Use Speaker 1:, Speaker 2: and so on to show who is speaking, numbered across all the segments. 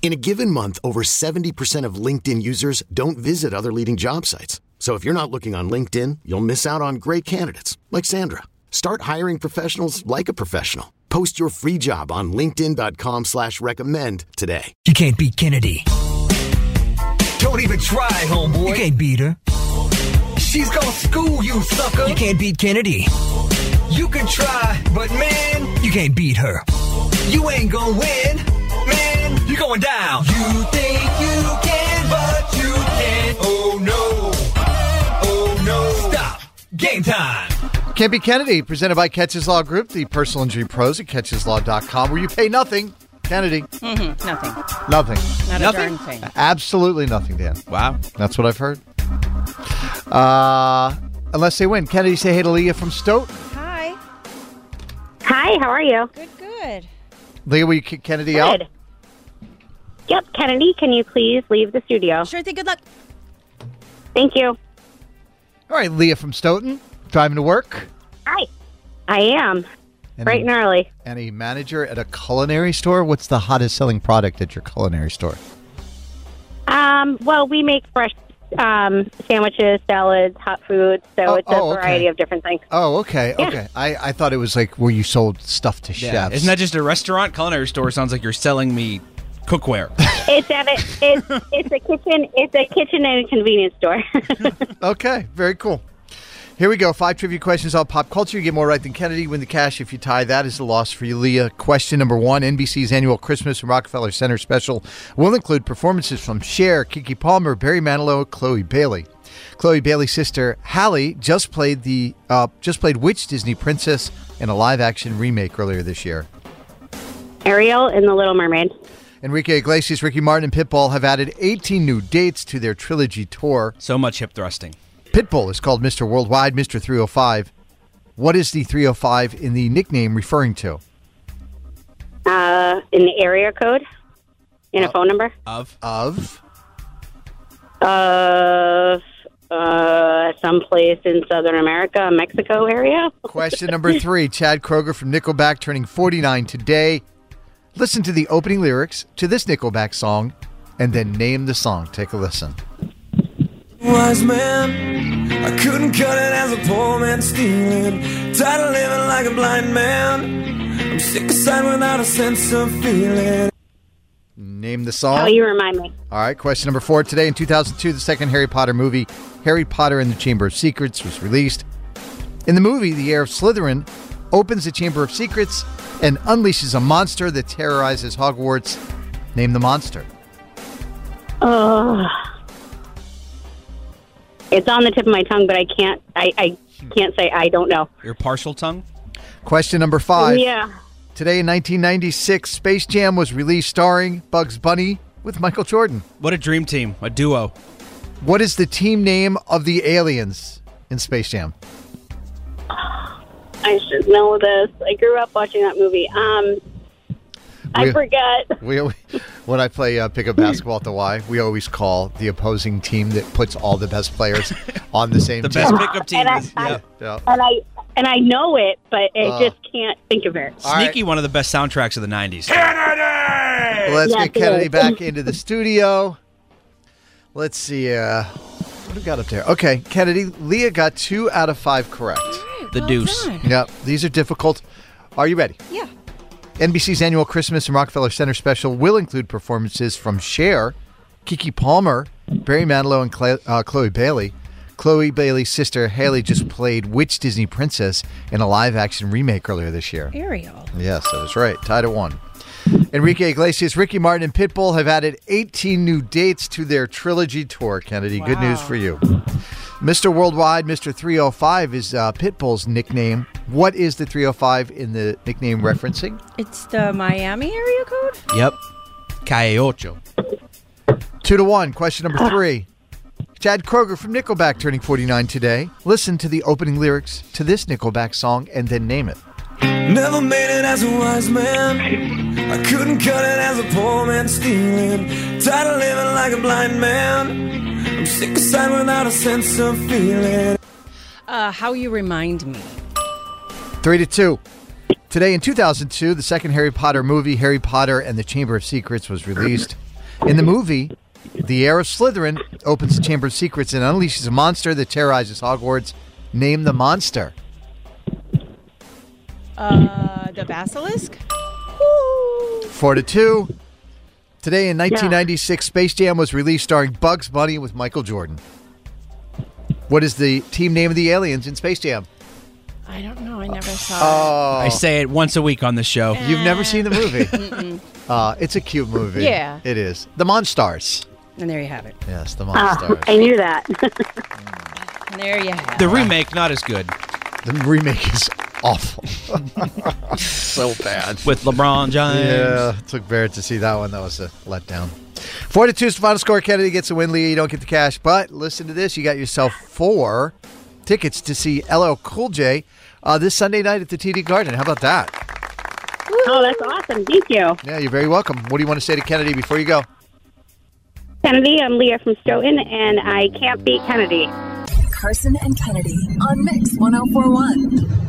Speaker 1: In a given month, over 70% of LinkedIn users don't visit other leading job sites. So if you're not looking on LinkedIn, you'll miss out on great candidates like Sandra. Start hiring professionals like a professional. Post your free job on LinkedIn.com slash recommend today.
Speaker 2: You can't beat Kennedy.
Speaker 3: Don't even try,
Speaker 2: You
Speaker 3: homeboy.
Speaker 2: can't beat her.
Speaker 3: She's gonna school you, sucker.
Speaker 2: You can't beat Kennedy.
Speaker 3: You can try, but man,
Speaker 2: You can't beat her.
Speaker 3: you ain't gonna win. Man, you're going down. You think you can, but you can't. Oh no. Oh no. Stop. Game time.
Speaker 4: Can't be Kennedy, presented by Catches Law Group, the personal injury pros at catcheslaw.com, where you pay nothing. Kennedy,
Speaker 5: Nothing.
Speaker 4: Mm-hmm. nothing.
Speaker 5: Not
Speaker 6: Nothing?
Speaker 5: a darn thing.
Speaker 4: Absolutely nothing, Dan.
Speaker 6: Wow.
Speaker 4: That's what I've heard. Uh, unless they win. Kennedy, say hey to Leah from Stoughton.
Speaker 5: Hi.
Speaker 7: Hi, how are you?
Speaker 5: Good, good.
Speaker 4: Leah, will you kick Kennedy out?
Speaker 7: Good. Yep, Kennedy, can you please leave the studio?
Speaker 5: Sure thing. Good luck.
Speaker 7: Thank you.
Speaker 4: All right, Leah from Stoughton, driving to work.
Speaker 7: Hi. I am.
Speaker 4: And
Speaker 7: Bright and early.
Speaker 4: And a manager at a culinary store. What's the hottest selling product at your culinary store?
Speaker 7: Um, well, we make fresh um, sandwiches, salads, hot foods, so
Speaker 4: Oh,
Speaker 7: it's a
Speaker 4: oh, okay.
Speaker 7: variety of different things.
Speaker 4: Oh, okay,
Speaker 7: Yeah.
Speaker 4: okay. I, I thought it was like where you sold stuff to chefs.
Speaker 6: Isn't that just a restaurant? Culinary store sounds like you're selling me cookware.
Speaker 7: It's at a, it's, it's a kitchen it's a kitchen and a convenience store.
Speaker 4: Okay, very cool. Here we go. Five trivia questions on pop culture. You get more right than Kennedy. Win the cash if you tie. That is the loss for you, Leah. Question number one NBC's annual Christmas and Rockefeller Center special will include performances from Cher, Kiki Palmer, Barry Manilow, Chloe Bailey. Chloe Bailey's sister Hallie just played the uh, just played which Disney princess in a live action remake earlier this year.
Speaker 7: Ariel and the Little Mermaid.
Speaker 4: Enrique Iglesias, Ricky Martin, and Pitbull have added 18 new dates to their trilogy tour.
Speaker 6: so much hip thrusting.
Speaker 4: Pitbull is called Mr. Worldwide, Mr. 305. What is the 305 in the nickname referring to?
Speaker 7: Uh, in the area code. In
Speaker 4: Uh,
Speaker 7: a phone number.
Speaker 6: Of?
Speaker 4: Of?
Speaker 7: Of uh, someplace in Southern America, Mexico area.
Speaker 4: Question number three Chad Kroger from Nickelback turning 49 today. Listen to the opening lyrics to this Nickelback song and then name the song. Take a listen.
Speaker 3: Wise man, I couldn't cut it as a poor man stealing. Tired of living like a blind man. I'm sick aside without a sense of feeling.
Speaker 4: Name the
Speaker 7: Oh,
Speaker 4: song.
Speaker 7: you remind me.
Speaker 4: All right, question number four. Today in 2002, the second Harry Potter movie, Harry Potter and the Chamber of Secrets, was released. In the movie, the heir of Slytherin opens the Chamber of Secrets and unleashes a monster that terrorizes Hogwarts. Name the monster.
Speaker 7: Oh. It's on the tip of my tongue, but I can't. I, I can't say I don't know.
Speaker 6: Your partial tongue?
Speaker 4: Question number five.
Speaker 7: Yeah.
Speaker 4: Today in 1996, Space Jam was released starring Bugs Bunny with Michael Jordan.
Speaker 6: What a dream team. A duo.
Speaker 4: What is the team name of the aliens in Space Jam?
Speaker 7: I should know this. I grew up watching that movie. Um,
Speaker 4: We-
Speaker 7: I forgot.
Speaker 4: We al- when I play uh, pickup basketball at the Y, we always call the opposing team that puts all the best players on the same
Speaker 6: The
Speaker 4: team.
Speaker 6: best pickup team
Speaker 7: And I-
Speaker 6: is.
Speaker 7: I-
Speaker 6: yeah.
Speaker 4: Yeah.
Speaker 7: And I and I know it, but I just can't think of it.
Speaker 4: Uh. All right.
Speaker 6: Sneaky, one of the best soundtracks of the 90s.
Speaker 4: Let's
Speaker 7: Yeah,
Speaker 4: get Kennedy
Speaker 7: it is.
Speaker 4: back into the studio. Let's see. Uh, what do we got up there? Okay, Kennedy. Leah got two out of five correct.
Speaker 6: The deuce.
Speaker 4: Yep. These are difficult. Are you ready?
Speaker 5: Yeah.
Speaker 4: NBC's annual Christmas and Rockefeller Center special will include performances from Cher, Kiki Palmer, Barry Manilow, and Cla- uh, Chloe Bailey. Chloe Bailey's sister Haley just played which Disney princess in a live action remake earlier this year?
Speaker 7: Ariel.
Speaker 4: Yes, that is right. Tied at one. Enrique Iglesias, Ricky Martin, and Pitbull have added 18 new dates to their trilogy tour, Kennedy. Good news for you. Mr. Worldwide, Mr. 305 is uh, Pitbull's nickname. What is the 305 in the nickname referencing?
Speaker 7: It's the Miami area code?
Speaker 6: Yep. Calle Ocho.
Speaker 4: Two to one. Question number three. Chad Kroger from Nickelback turning 49 today. Listen to the opening lyrics to this Nickelback song and then name it.
Speaker 8: Never made it as a wise man. I couldn't cut it as a poor man stealing. Tired of living like a blind man. I'm sick of sight without a sense of feeling.
Speaker 7: Uh, how you remind me.
Speaker 4: Three to two. Today in 2002, the second Harry Potter movie, Harry Potter and the Chamber of Secrets, was released. In the movie, the heir of Slytherin opens the Chamber of Secrets and unleashes a monster that terrorizes Hogwarts. Name the monster.
Speaker 7: Uh, the basilisk?
Speaker 4: Four to two. Today in 1996, Space Jam was released starring Bugs Bunny with Michael Jordan. What is the team name of the aliens in Space Jam?
Speaker 7: I don't know. I
Speaker 4: Oh.
Speaker 7: never saw
Speaker 6: I say it once a week on the show.
Speaker 4: You've never seen the movie. uh, it's a cute movie.
Speaker 7: Yeah.
Speaker 4: It is. The Monstars.
Speaker 7: it. And there you have it.
Speaker 4: Yes, the
Speaker 9: Ah,
Speaker 4: Monstars.
Speaker 9: I knew that.
Speaker 7: And there you have it.
Speaker 6: The remake, not as good.
Speaker 4: The remake is awful. so bad.
Speaker 6: With LeBron James.
Speaker 4: Yeah, it took Barrett to see that one. That was a letdown. Four to two is the final score. Kennedy gets a win. Leah, you don't get the cash, but listen to this: you got yourself four tickets to see LL Cool J uh, this Sunday night at the TD Garden. How about that?
Speaker 9: oh, that's awesome. Thank you.
Speaker 4: Yeah, you're very welcome. What do you want to say to Kennedy before you go?
Speaker 9: Kennedy, I'm Leah from Stoughton, and I can't beat Kennedy.
Speaker 10: Carson and Kennedy on Mix 1041.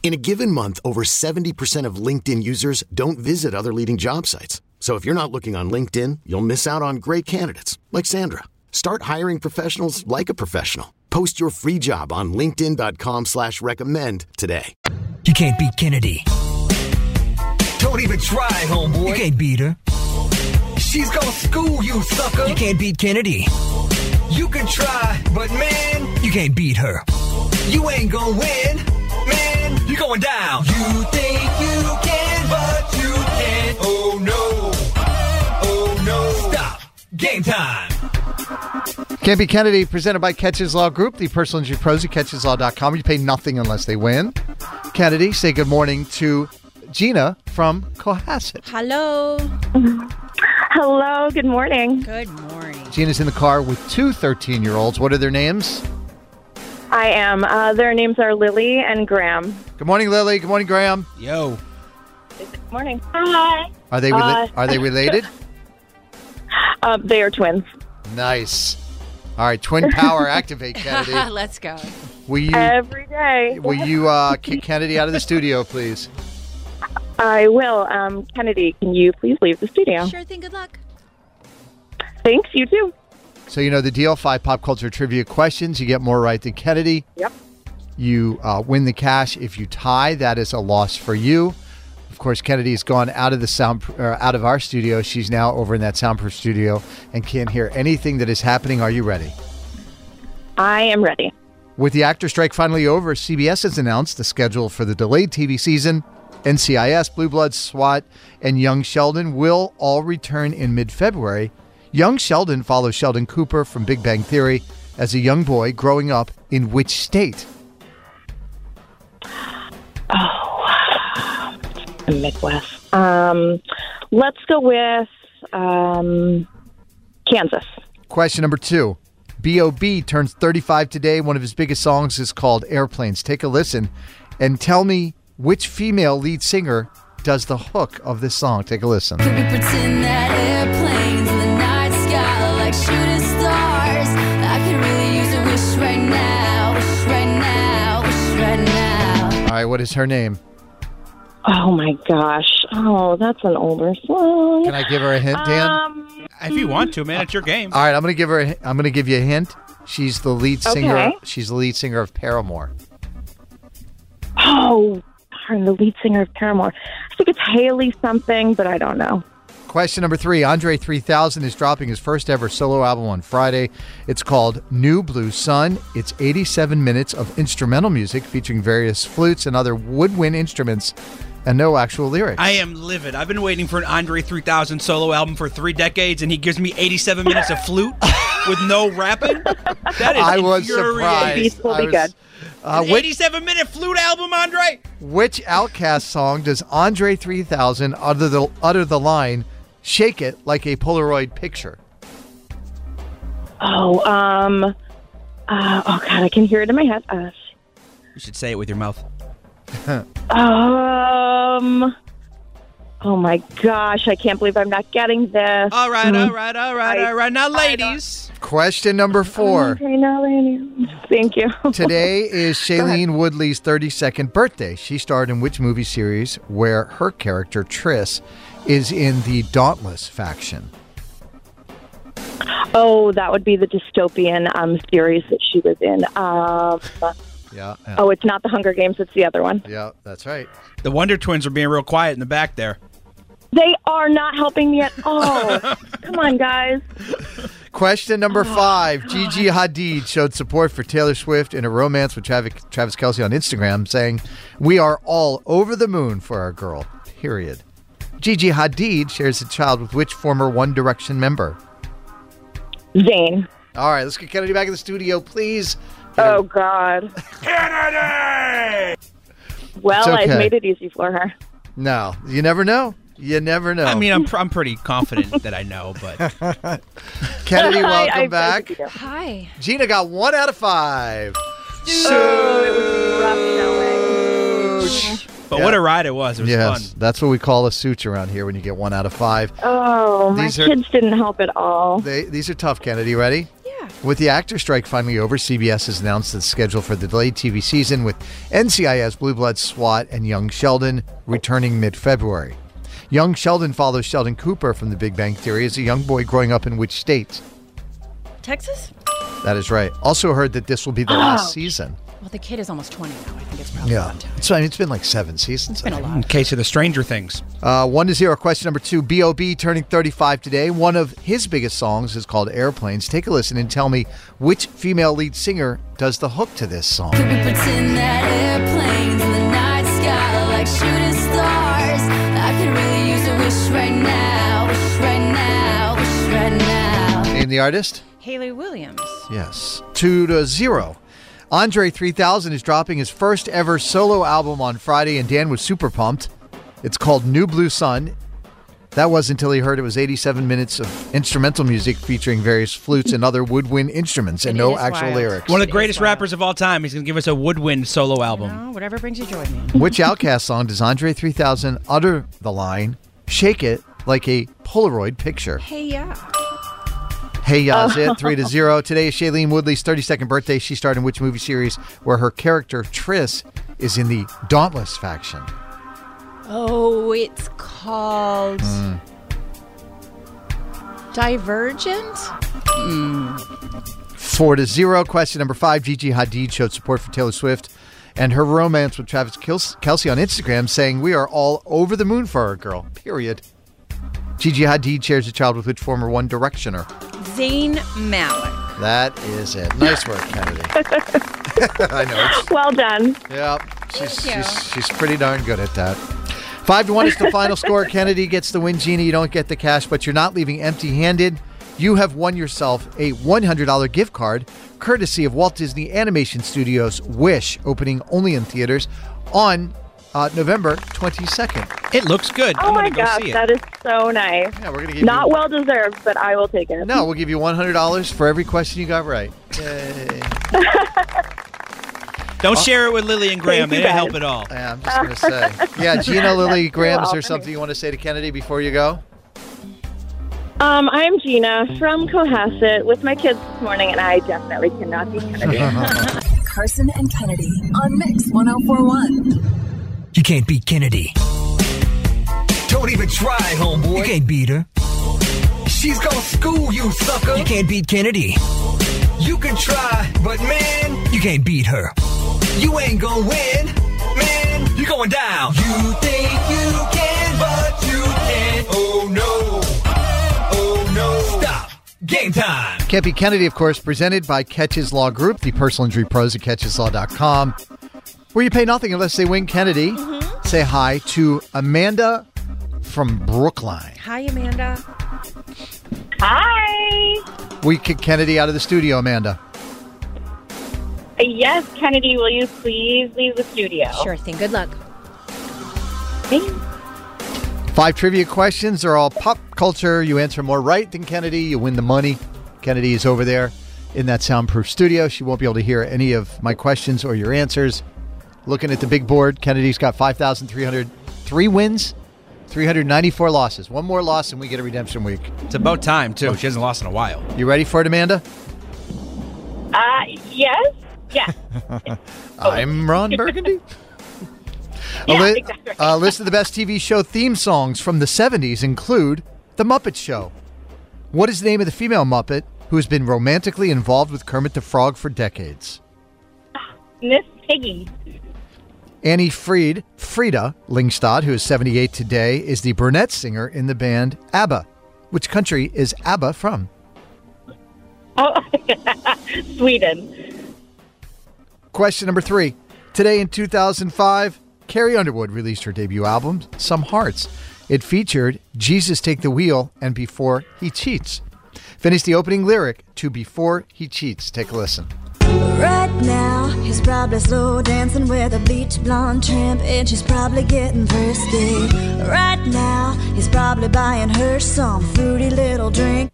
Speaker 1: In a given month, over 70% of LinkedIn users don't visit other leading job sites. So if you're not looking on LinkedIn, you'll miss out on great candidates like Sandra. Start hiring professionals like a professional. Post your free job on linkedin.com/recommend slash recommend today.
Speaker 3: You can't beat Kennedy. Don't even try, homeboy. You can't beat her. She's gonna school you, sucker. You can't beat Kennedy. You can try, but man, you can't beat her. You ain't gonna win, man. You're going down. You think you can, but you can't. Oh no. Oh no. Stop. Game time.
Speaker 4: Campy Kennedy, presented by Catches Law Group, the personal injury pros at catcheslaw.com. You pay nothing unless they win. Kennedy, say good morning to Gina from Cohasset.
Speaker 7: Hello.
Speaker 9: Hello, good morning.
Speaker 7: Good morning.
Speaker 4: Gina's in the car with two 13 year olds. What are their names?
Speaker 9: I am. Uh, their names are Lily and Graham.
Speaker 4: Good morning, Lily. Good morning, Graham.
Speaker 6: Yo.
Speaker 9: Good morning. Hi.
Speaker 4: Are they
Speaker 9: Uh,
Speaker 4: rela- are they related?
Speaker 9: Uh, they are twins.
Speaker 4: nice. All right, twin power activate, Kennedy.
Speaker 7: Let's go.
Speaker 4: Will you
Speaker 9: Every day.
Speaker 4: will you uh, kick Kennedy out of the studio, please?
Speaker 9: I will. Um, Kennedy, can you please leave the studio?
Speaker 7: Sure thing. Good luck.
Speaker 9: Thanks, you too.
Speaker 4: So you know the deal. Five pop culture trivia questions. You get more right than Kennedy.
Speaker 9: Yep.
Speaker 4: you uh, win the cash. If you tie, that is a loss for you. Of course, Kennedy has gone out of the sound, or out of our studio. She's now over in that soundproof studio and can't hear anything that is happening. Are you ready?
Speaker 9: I am ready.
Speaker 4: With the actor strike finally over, CBS has announced the schedule for the delayed TV season. NCIS, Blue Bloods, SWAT, and Young Sheldon will all return in mid February. Young Sheldon follows Sheldon Cooper from Big Bang Theory as a young boy growing up in which state?
Speaker 9: oh, The Midwest. Um, let's go with um, Kansas.
Speaker 4: Question number two. B.O.B. turns 35 today. One of his biggest songs is called Airplanes. Take a listen and tell me which female lead singer does the hook of this song. Take a listen.
Speaker 11: We pretend that airplanes in the night sky like shooting stars. I could really use a wish right now, wish right now, wish right now.
Speaker 4: All right, what is her name?
Speaker 9: Oh my gosh. Oh, that's an older song. Um,
Speaker 4: Can I give her a hint, Dan?
Speaker 6: if you want to, man, it's your game.
Speaker 4: All right, I'm going to give her. A, I'm going to give you a hint. She's the lead singer.
Speaker 9: Okay.
Speaker 4: She's the lead singer of Paramore.
Speaker 9: Oh, darn, the lead singer of Paramore. I think it's Haley something, but I don't know.
Speaker 4: Question number three: Andre 3000 is dropping his first ever solo album on Friday. It's called New Blue Sun. It's 87 minutes of instrumental music featuring various flutes and other woodwind instruments, and no actual lyrics.
Speaker 6: I am livid. I've been waiting for an Andre 3000 solo album for three decades, and he gives me 87 minutes of flute with no rapping. That is
Speaker 4: I was
Speaker 6: infuriating.
Speaker 4: surprised. I was- Uh,
Speaker 6: An
Speaker 4: which,
Speaker 6: 87 minute flute album, Andre.
Speaker 4: which Outcast song does Andre 3000 utter the utter the line, "Shake it like a Polaroid picture"?
Speaker 9: Oh, um, uh, oh God, I can hear it in my head. Uh,
Speaker 6: You should say it with your mouth.
Speaker 9: um, oh my gosh, I can't believe I'm not getting this.
Speaker 6: All right, all right, all right, all right. Now, ladies.
Speaker 4: Hmm. Question number four.
Speaker 9: Okay, now, Lanny. Thank you.
Speaker 4: Today is Shailene Woodley's 32nd birthday. She starred in which movie series where her character, Triss, is in the Dauntless faction?
Speaker 9: Oh, that would be the dystopian um, series that she was in. Um,
Speaker 4: Yeah.
Speaker 9: Oh, it's not the Hunger Games; it's the other one.
Speaker 4: Yeah, that's right.
Speaker 6: The Wonder Twins are being real quiet in the back there.
Speaker 9: They are not helping me at all. Come on, guys. Oh,
Speaker 4: Question number five. Gigi Hadid showed support for Taylor Swift in a romance with Travis, Travis Kelsey on Instagram, saying, We are all over the moon for our girl, period. Gigi Hadid shares a child with which former One Direction member?
Speaker 9: Zane.
Speaker 4: All right, let's get Kennedy back in the studio, please.
Speaker 9: Oh God. Kennedy. Well,
Speaker 4: It's okay.
Speaker 9: I've made it easy for her.
Speaker 4: No, you never know. You never know.
Speaker 6: I mean, I'm, I'm pretty confident that I know, but
Speaker 4: Kennedy,
Speaker 6: I-
Speaker 4: welcome
Speaker 6: I- I
Speaker 4: back.
Speaker 6: think you do.
Speaker 5: Hi.
Speaker 4: Gina got one out of five.
Speaker 9: Oh,
Speaker 6: but what a ride it was. It was
Speaker 4: Yes,
Speaker 6: fun.
Speaker 4: that's what we call a suit around here when you get one out of five.
Speaker 9: Oh, my
Speaker 4: These are-
Speaker 9: kids didn't help at all.
Speaker 4: They, these are tough, Kennedy. Ready? Yeah. With the actor strike finally over, CBS has announced the schedule for the delayed TV season with NCIS, Blue Bloods, SWAT, and Young Sheldon returning mid February. Young Sheldon follows Sheldon Cooper from The Big Bang Theory as a young boy growing up in which state?
Speaker 5: Texas?
Speaker 4: That is right. Also heard that this will be the
Speaker 5: Ouch.
Speaker 9: Oh.
Speaker 4: last season.
Speaker 5: Well, the kid is almost 20 now. I think it's probably.
Speaker 4: Yeah. So I mean, it's been like seven seasons. I think.
Speaker 6: In case of the Stranger Things.
Speaker 4: Uh, one to zero. Question number two. B.O.B. turning 35 today. One of his biggest songs is called Airplanes. Take a listen and tell me which female lead singer does the hook to this song.
Speaker 11: We pretend that airplanes in the night sky like shooting stars. I could really use a wish right now, wish right now, wish right now.
Speaker 4: Name the artist?
Speaker 5: Haley Williams.
Speaker 4: Yes. Two to zero. Andre 3000 is dropping his first ever solo album on Friday, and Dan was super pumped. It's called New Blue Sun. That was until he heard it was 87 minutes of instrumental music featuring various flutes and other woodwind instruments and no actual lyrics.
Speaker 6: One of the greatest rappers of all time. He's going to give us a woodwind solo album.
Speaker 5: Oh, whatever brings you joy, man.
Speaker 4: Which Outcast song does Andre 3000 utter the line, shake it like a Polaroid picture?
Speaker 5: Hey, yeah.
Speaker 4: Hey, y'all, it's it. Three to zero. Today is Shailene Woodley's 32nd birthday. She starred in which movie series where her character, Triss, is in the Dauntless faction?
Speaker 5: Oh, it's called
Speaker 4: Mm.
Speaker 5: Divergent? Hmm.
Speaker 4: Four to zero. Question number five Gigi Hadid showed support for Taylor Swift and her romance with Travis Kels- Kelsey on Instagram, saying, We are all over the moon for our girl, period. Gigi Hadid shares a child with which former One Directioner.
Speaker 5: Zayn Malik.
Speaker 4: That is it. Nice work, Kennedy. I know. It's,
Speaker 9: well done.
Speaker 4: Yeah, she's, she's, she's pretty darn good at that. Five to one is the final score. Kennedy gets the win. Genie, you don't get the cash, but you're not leaving empty handed. You have won yourself a $100 gift card courtesy of Walt Disney Animation Studios Wish, opening only in theaters on uh, November 22nd.
Speaker 6: It looks good.
Speaker 9: Oh my gosh, that is so nice.
Speaker 4: Yeah, we're gonna give
Speaker 9: Not
Speaker 4: you-
Speaker 9: well deserved, but I will take it.
Speaker 4: No, we'll give you $100 for every question you got right.
Speaker 6: Don't share it with Lily and Graham. They didn't help at all.
Speaker 4: Yeah, I'm just gonna say. Yeah, Gina, Lily, Graham, is there something you want to say to Kennedy before you go?
Speaker 9: Um, I'm Gina from Cohasset with my kids this morning, and I definitely cannot be Kennedy.
Speaker 10: Carson and Kennedy on Mix 1041.
Speaker 3: You can't beat Kennedy. Don't even try, homeboy. You can't beat her. She's gonna school you, sucker. You can't beat Kennedy. You can try, but man, you can't beat her. You ain't gonna win, man. You're going down. You think you can, but you can't. Oh no. Oh no. Stop. Game time.
Speaker 4: Can't be Kennedy, of course, presented by Catches Law Group, the personal injury pros at catcheslaw.com, where you pay nothing unless they win Kennedy. Say hi to Amanda from Brookline.
Speaker 5: Hi, Amanda.
Speaker 9: Hi.
Speaker 4: We kick Kennedy out of the studio, Amanda.
Speaker 9: Yes, Kennedy, will you please leave the studio?
Speaker 5: Sure thing. Good luck.
Speaker 4: Five trivia questions are all pop culture. You answer more right than Kennedy, you win the money. Kennedy is over there in that soundproof studio. She won't be able to hear any of my questions or your answers. Looking at the big board, Kennedy's got 5,300, three wins, 394 losses. One more loss, and we get a redemption week.
Speaker 6: It's about time, too. She hasn't lost in a while.
Speaker 4: You ready for it, Amanda?
Speaker 9: Uh, yes. Yeah.
Speaker 4: I'm Ron Burgundy. a, li- a list of the best TV show theme songs from the 70s include The Muppet Show. What is the name of the female Muppet who has been romantically involved with Kermit the Frog for decades?
Speaker 9: Miss Piggy.
Speaker 4: Annie Fried, Frida Lingstad, who is 78 today, is the brunette singer in the band ABBA. Which country is ABBA from?
Speaker 9: Oh, Sweden.
Speaker 4: Question number three. Today in 2005, Carrie Underwood released her debut album, Some Hearts. It featured Jesus Take the Wheel and Before He Cheats. Finish the opening lyric to Before He Cheats. Take a listen.
Speaker 12: Right now, he's probably slow dancing with a bleach blonde tramp, and she's probably getting thirsty. Right now, he's probably buying her some fruity little drink.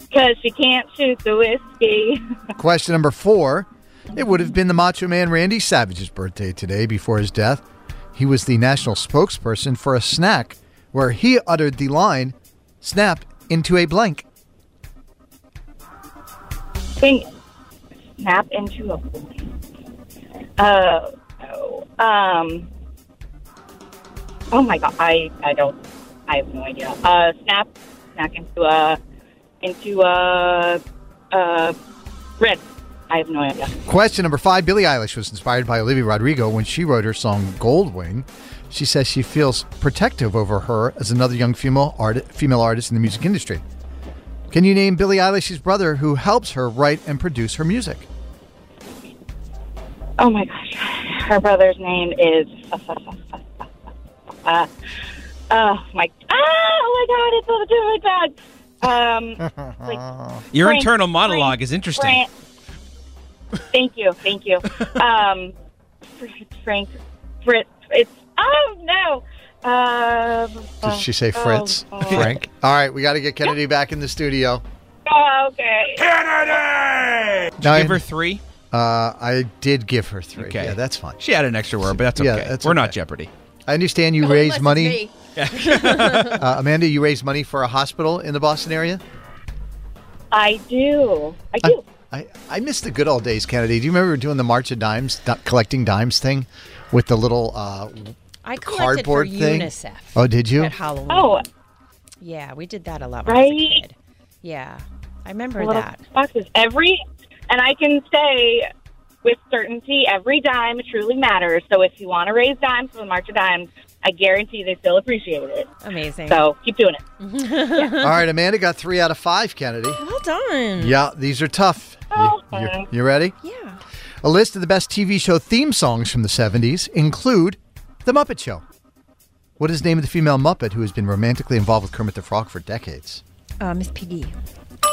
Speaker 9: Because she can't shoot the whiskey.
Speaker 4: Question number four. It would have been the Macho Man Randy Savage's birthday today before his death. He was the national spokesperson for a snack where he uttered the line, snap into a blank.
Speaker 9: Think, snap into a blank. Uh, oh, um, oh my god, I, I don't, I have no idea. Uh, snap, snap into a, into a, uh, red. I have no idea.
Speaker 4: Question number five Billie Eilish was inspired by Olivia Rodrigo when she wrote her song Goldwing. She says she feels protective over her as another young female, art- female artist in the music industry. Can you name Billie Eilish's brother who helps her write and produce her music?
Speaker 9: Oh my gosh, her brother's name is. Uh, oh my! Ah, oh my God! It's on the tip of my tongue. Um, like,
Speaker 6: Your
Speaker 9: Frank-
Speaker 6: internal monologue is interesting.
Speaker 9: Frank- Thank you, thank you. Um, Fr- Frank, Fritz. It's oh no. Um,
Speaker 4: Did she say
Speaker 9: oh,
Speaker 4: Fritz?
Speaker 9: oh.
Speaker 4: Frank? All right, we got to get Kennedy back in the studio.
Speaker 9: Oh, okay. Kennedy.
Speaker 6: Did you give her three?
Speaker 4: Uh, I did give her three.
Speaker 6: Okay.
Speaker 4: Yeah, that's fine.
Speaker 6: She had an extra word, but that's okay.
Speaker 4: Yeah, that's
Speaker 6: We're not
Speaker 4: okay.
Speaker 6: Jeopardy.
Speaker 4: I understand you raised money.
Speaker 9: me.
Speaker 4: uh, Amanda, you raised money for a hospital in the Boston area?
Speaker 9: I do. I do.
Speaker 4: I, I miss the good old days, Kennedy. Do you remember doing the March of Dimes, di- collecting dimes thing with the little uh,
Speaker 5: I collected
Speaker 4: cardboard
Speaker 5: for
Speaker 4: thing?
Speaker 5: UNICEF.
Speaker 4: Oh, did you?
Speaker 5: At Halloween.
Speaker 9: Oh.
Speaker 5: Yeah, we did that a lot. When I was a
Speaker 9: right.
Speaker 5: kid. Yeah, I remember
Speaker 9: Little
Speaker 5: that.
Speaker 9: Boxes every, and I can say with certainty every dime truly matters. So if you want to raise dimes for the March of Dimes, I guarantee they still appreciate it.
Speaker 5: Amazing.
Speaker 9: So keep doing it.
Speaker 4: All right, Amanda got three out of five, Kennedy.
Speaker 5: Well done.
Speaker 4: Yeah, these are tough.
Speaker 6: Oh,
Speaker 4: You, you- you ready?
Speaker 5: Mm. Yeah.
Speaker 4: A list of the best TV show theme songs from the 70s include The Muppet Show. What is the name of the female Muppet who has been romantically involved with Kermit the Frog for decades?
Speaker 5: Uh, Miss Piggy.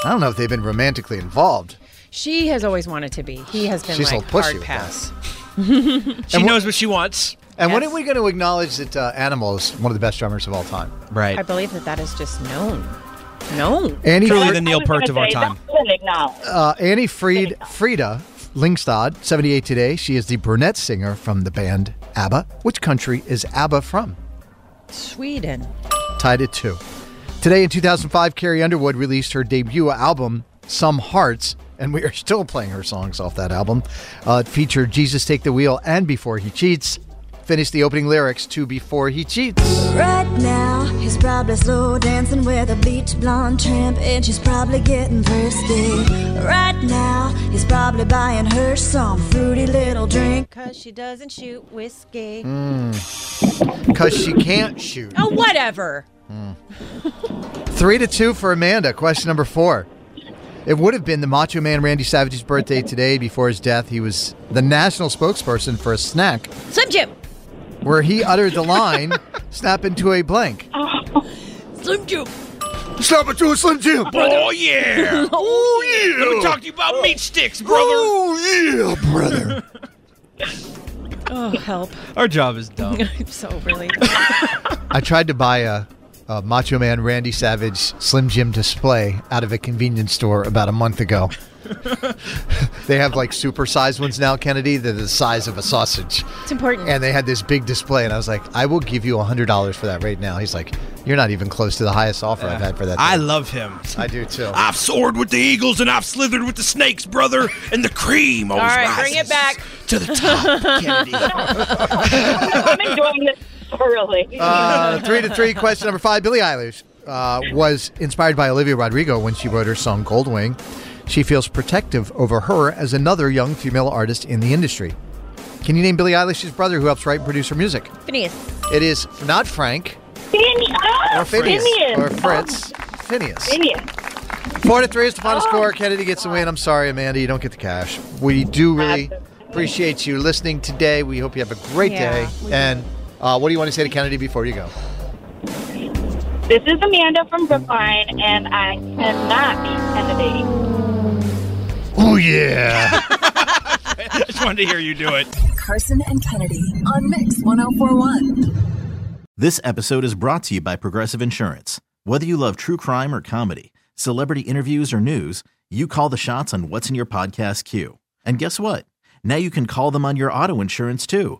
Speaker 4: I don't know if they've been romantically involved.
Speaker 5: She has always wanted to be. He has been
Speaker 4: She's a
Speaker 5: like
Speaker 4: little pussy
Speaker 5: hard
Speaker 4: with
Speaker 5: pass.
Speaker 6: She knows what she wants.
Speaker 4: And when are we going to acknowledge that uh, Animal is one of the best drummers of all time?
Speaker 6: Right.
Speaker 5: I believe that that is just known. No.
Speaker 4: Annie
Speaker 6: Truly the Neil Peart of our time.
Speaker 4: Uh, Annie Fried, Frida Lingstad, 78 today. She is the brunette singer from the band ABBA. Which country is ABBA from?
Speaker 5: Sweden.
Speaker 4: Tied at two. Today in 2005, Carrie Underwood released her debut album, Some Hearts, and we are still playing her songs off that album. Uh, it featured Jesus Take the Wheel and Before He Cheats. Finish the opening lyrics to Before He Cheats.
Speaker 12: Right now, he's probably slow dancing with a bleach blonde tramp, and she's probably getting thirsty. Right now, he's probably buying her some fruity little drink.
Speaker 5: Because she doesn't shoot whiskey.
Speaker 4: Because Hmm. she can't shoot.
Speaker 5: Oh, whatever.
Speaker 4: Three to two for Amanda. Question number four. It would have been the Macho Man Randy Savage's birthday today. Before his death, he was the national spokesperson for a snack,
Speaker 5: Slim Jim.
Speaker 4: where he uttered the line, "Snap into a blank."
Speaker 5: Slim Jim.
Speaker 4: Snap into a Slim Jim.
Speaker 6: Oh yeah.
Speaker 4: oh
Speaker 6: Let me talk to you about meat sticks, brother. Oh
Speaker 4: yeah, brother.
Speaker 5: Oh, help.
Speaker 6: Our job is dumb.
Speaker 5: I'm so really.
Speaker 4: I tried to buy a, a Macho Man Randy Savage Slim Jim display out of a convenience store about a month ago. they have like super sized ones now, Kennedy. They're the size of a sausage.
Speaker 5: It's important.
Speaker 4: And they had this big display, and I was like, I will give you $100 for that right now. He's like, You're not even close to the highest offer I've had for that.
Speaker 6: I
Speaker 4: thing."
Speaker 6: love him.
Speaker 4: I do too.
Speaker 6: I've soared with the eagles and I've slithered with the snakes, brother. And the cream always
Speaker 5: All right,
Speaker 6: rises
Speaker 5: bring it back.
Speaker 6: to the top. Kennedy.
Speaker 9: I'm enjoying this thoroughly.
Speaker 4: Uh, three to three. Question number five. Billie Eilish uh, was inspired by Olivia Rodrigo when she wrote her song Goldwing. She feels protective over her as another young female artist in the industry. Can you name Billie Eilish's brother who helps write and produce her music?
Speaker 5: Phineas.
Speaker 4: It is not Frank
Speaker 9: Phineas.
Speaker 4: or Phineas
Speaker 9: Phineas.
Speaker 4: or Fritz. Phineas.
Speaker 9: Phineas.
Speaker 4: Four to three is the
Speaker 9: Oh.
Speaker 4: final score. Kennedy gets the win. I'm sorry, Amanda, you don't get the cash. We do really appreciate you listening today. We hope you have a great
Speaker 9: Yeah,
Speaker 4: day.
Speaker 9: we
Speaker 4: And uh, what do you want to say to Kennedy before you go?
Speaker 9: This is Amanda from Brookline, and I cannot be Kennedy.
Speaker 4: Oh yeah.
Speaker 6: I just wanted to hear you do it.
Speaker 10: Carson and Kennedy on Mix 1041.
Speaker 13: This episode is brought to you by Progressive Insurance. Whether you love true crime or comedy, celebrity interviews or news, you call the shots on what's in your podcast queue. And guess what? Now you can call them on your auto insurance too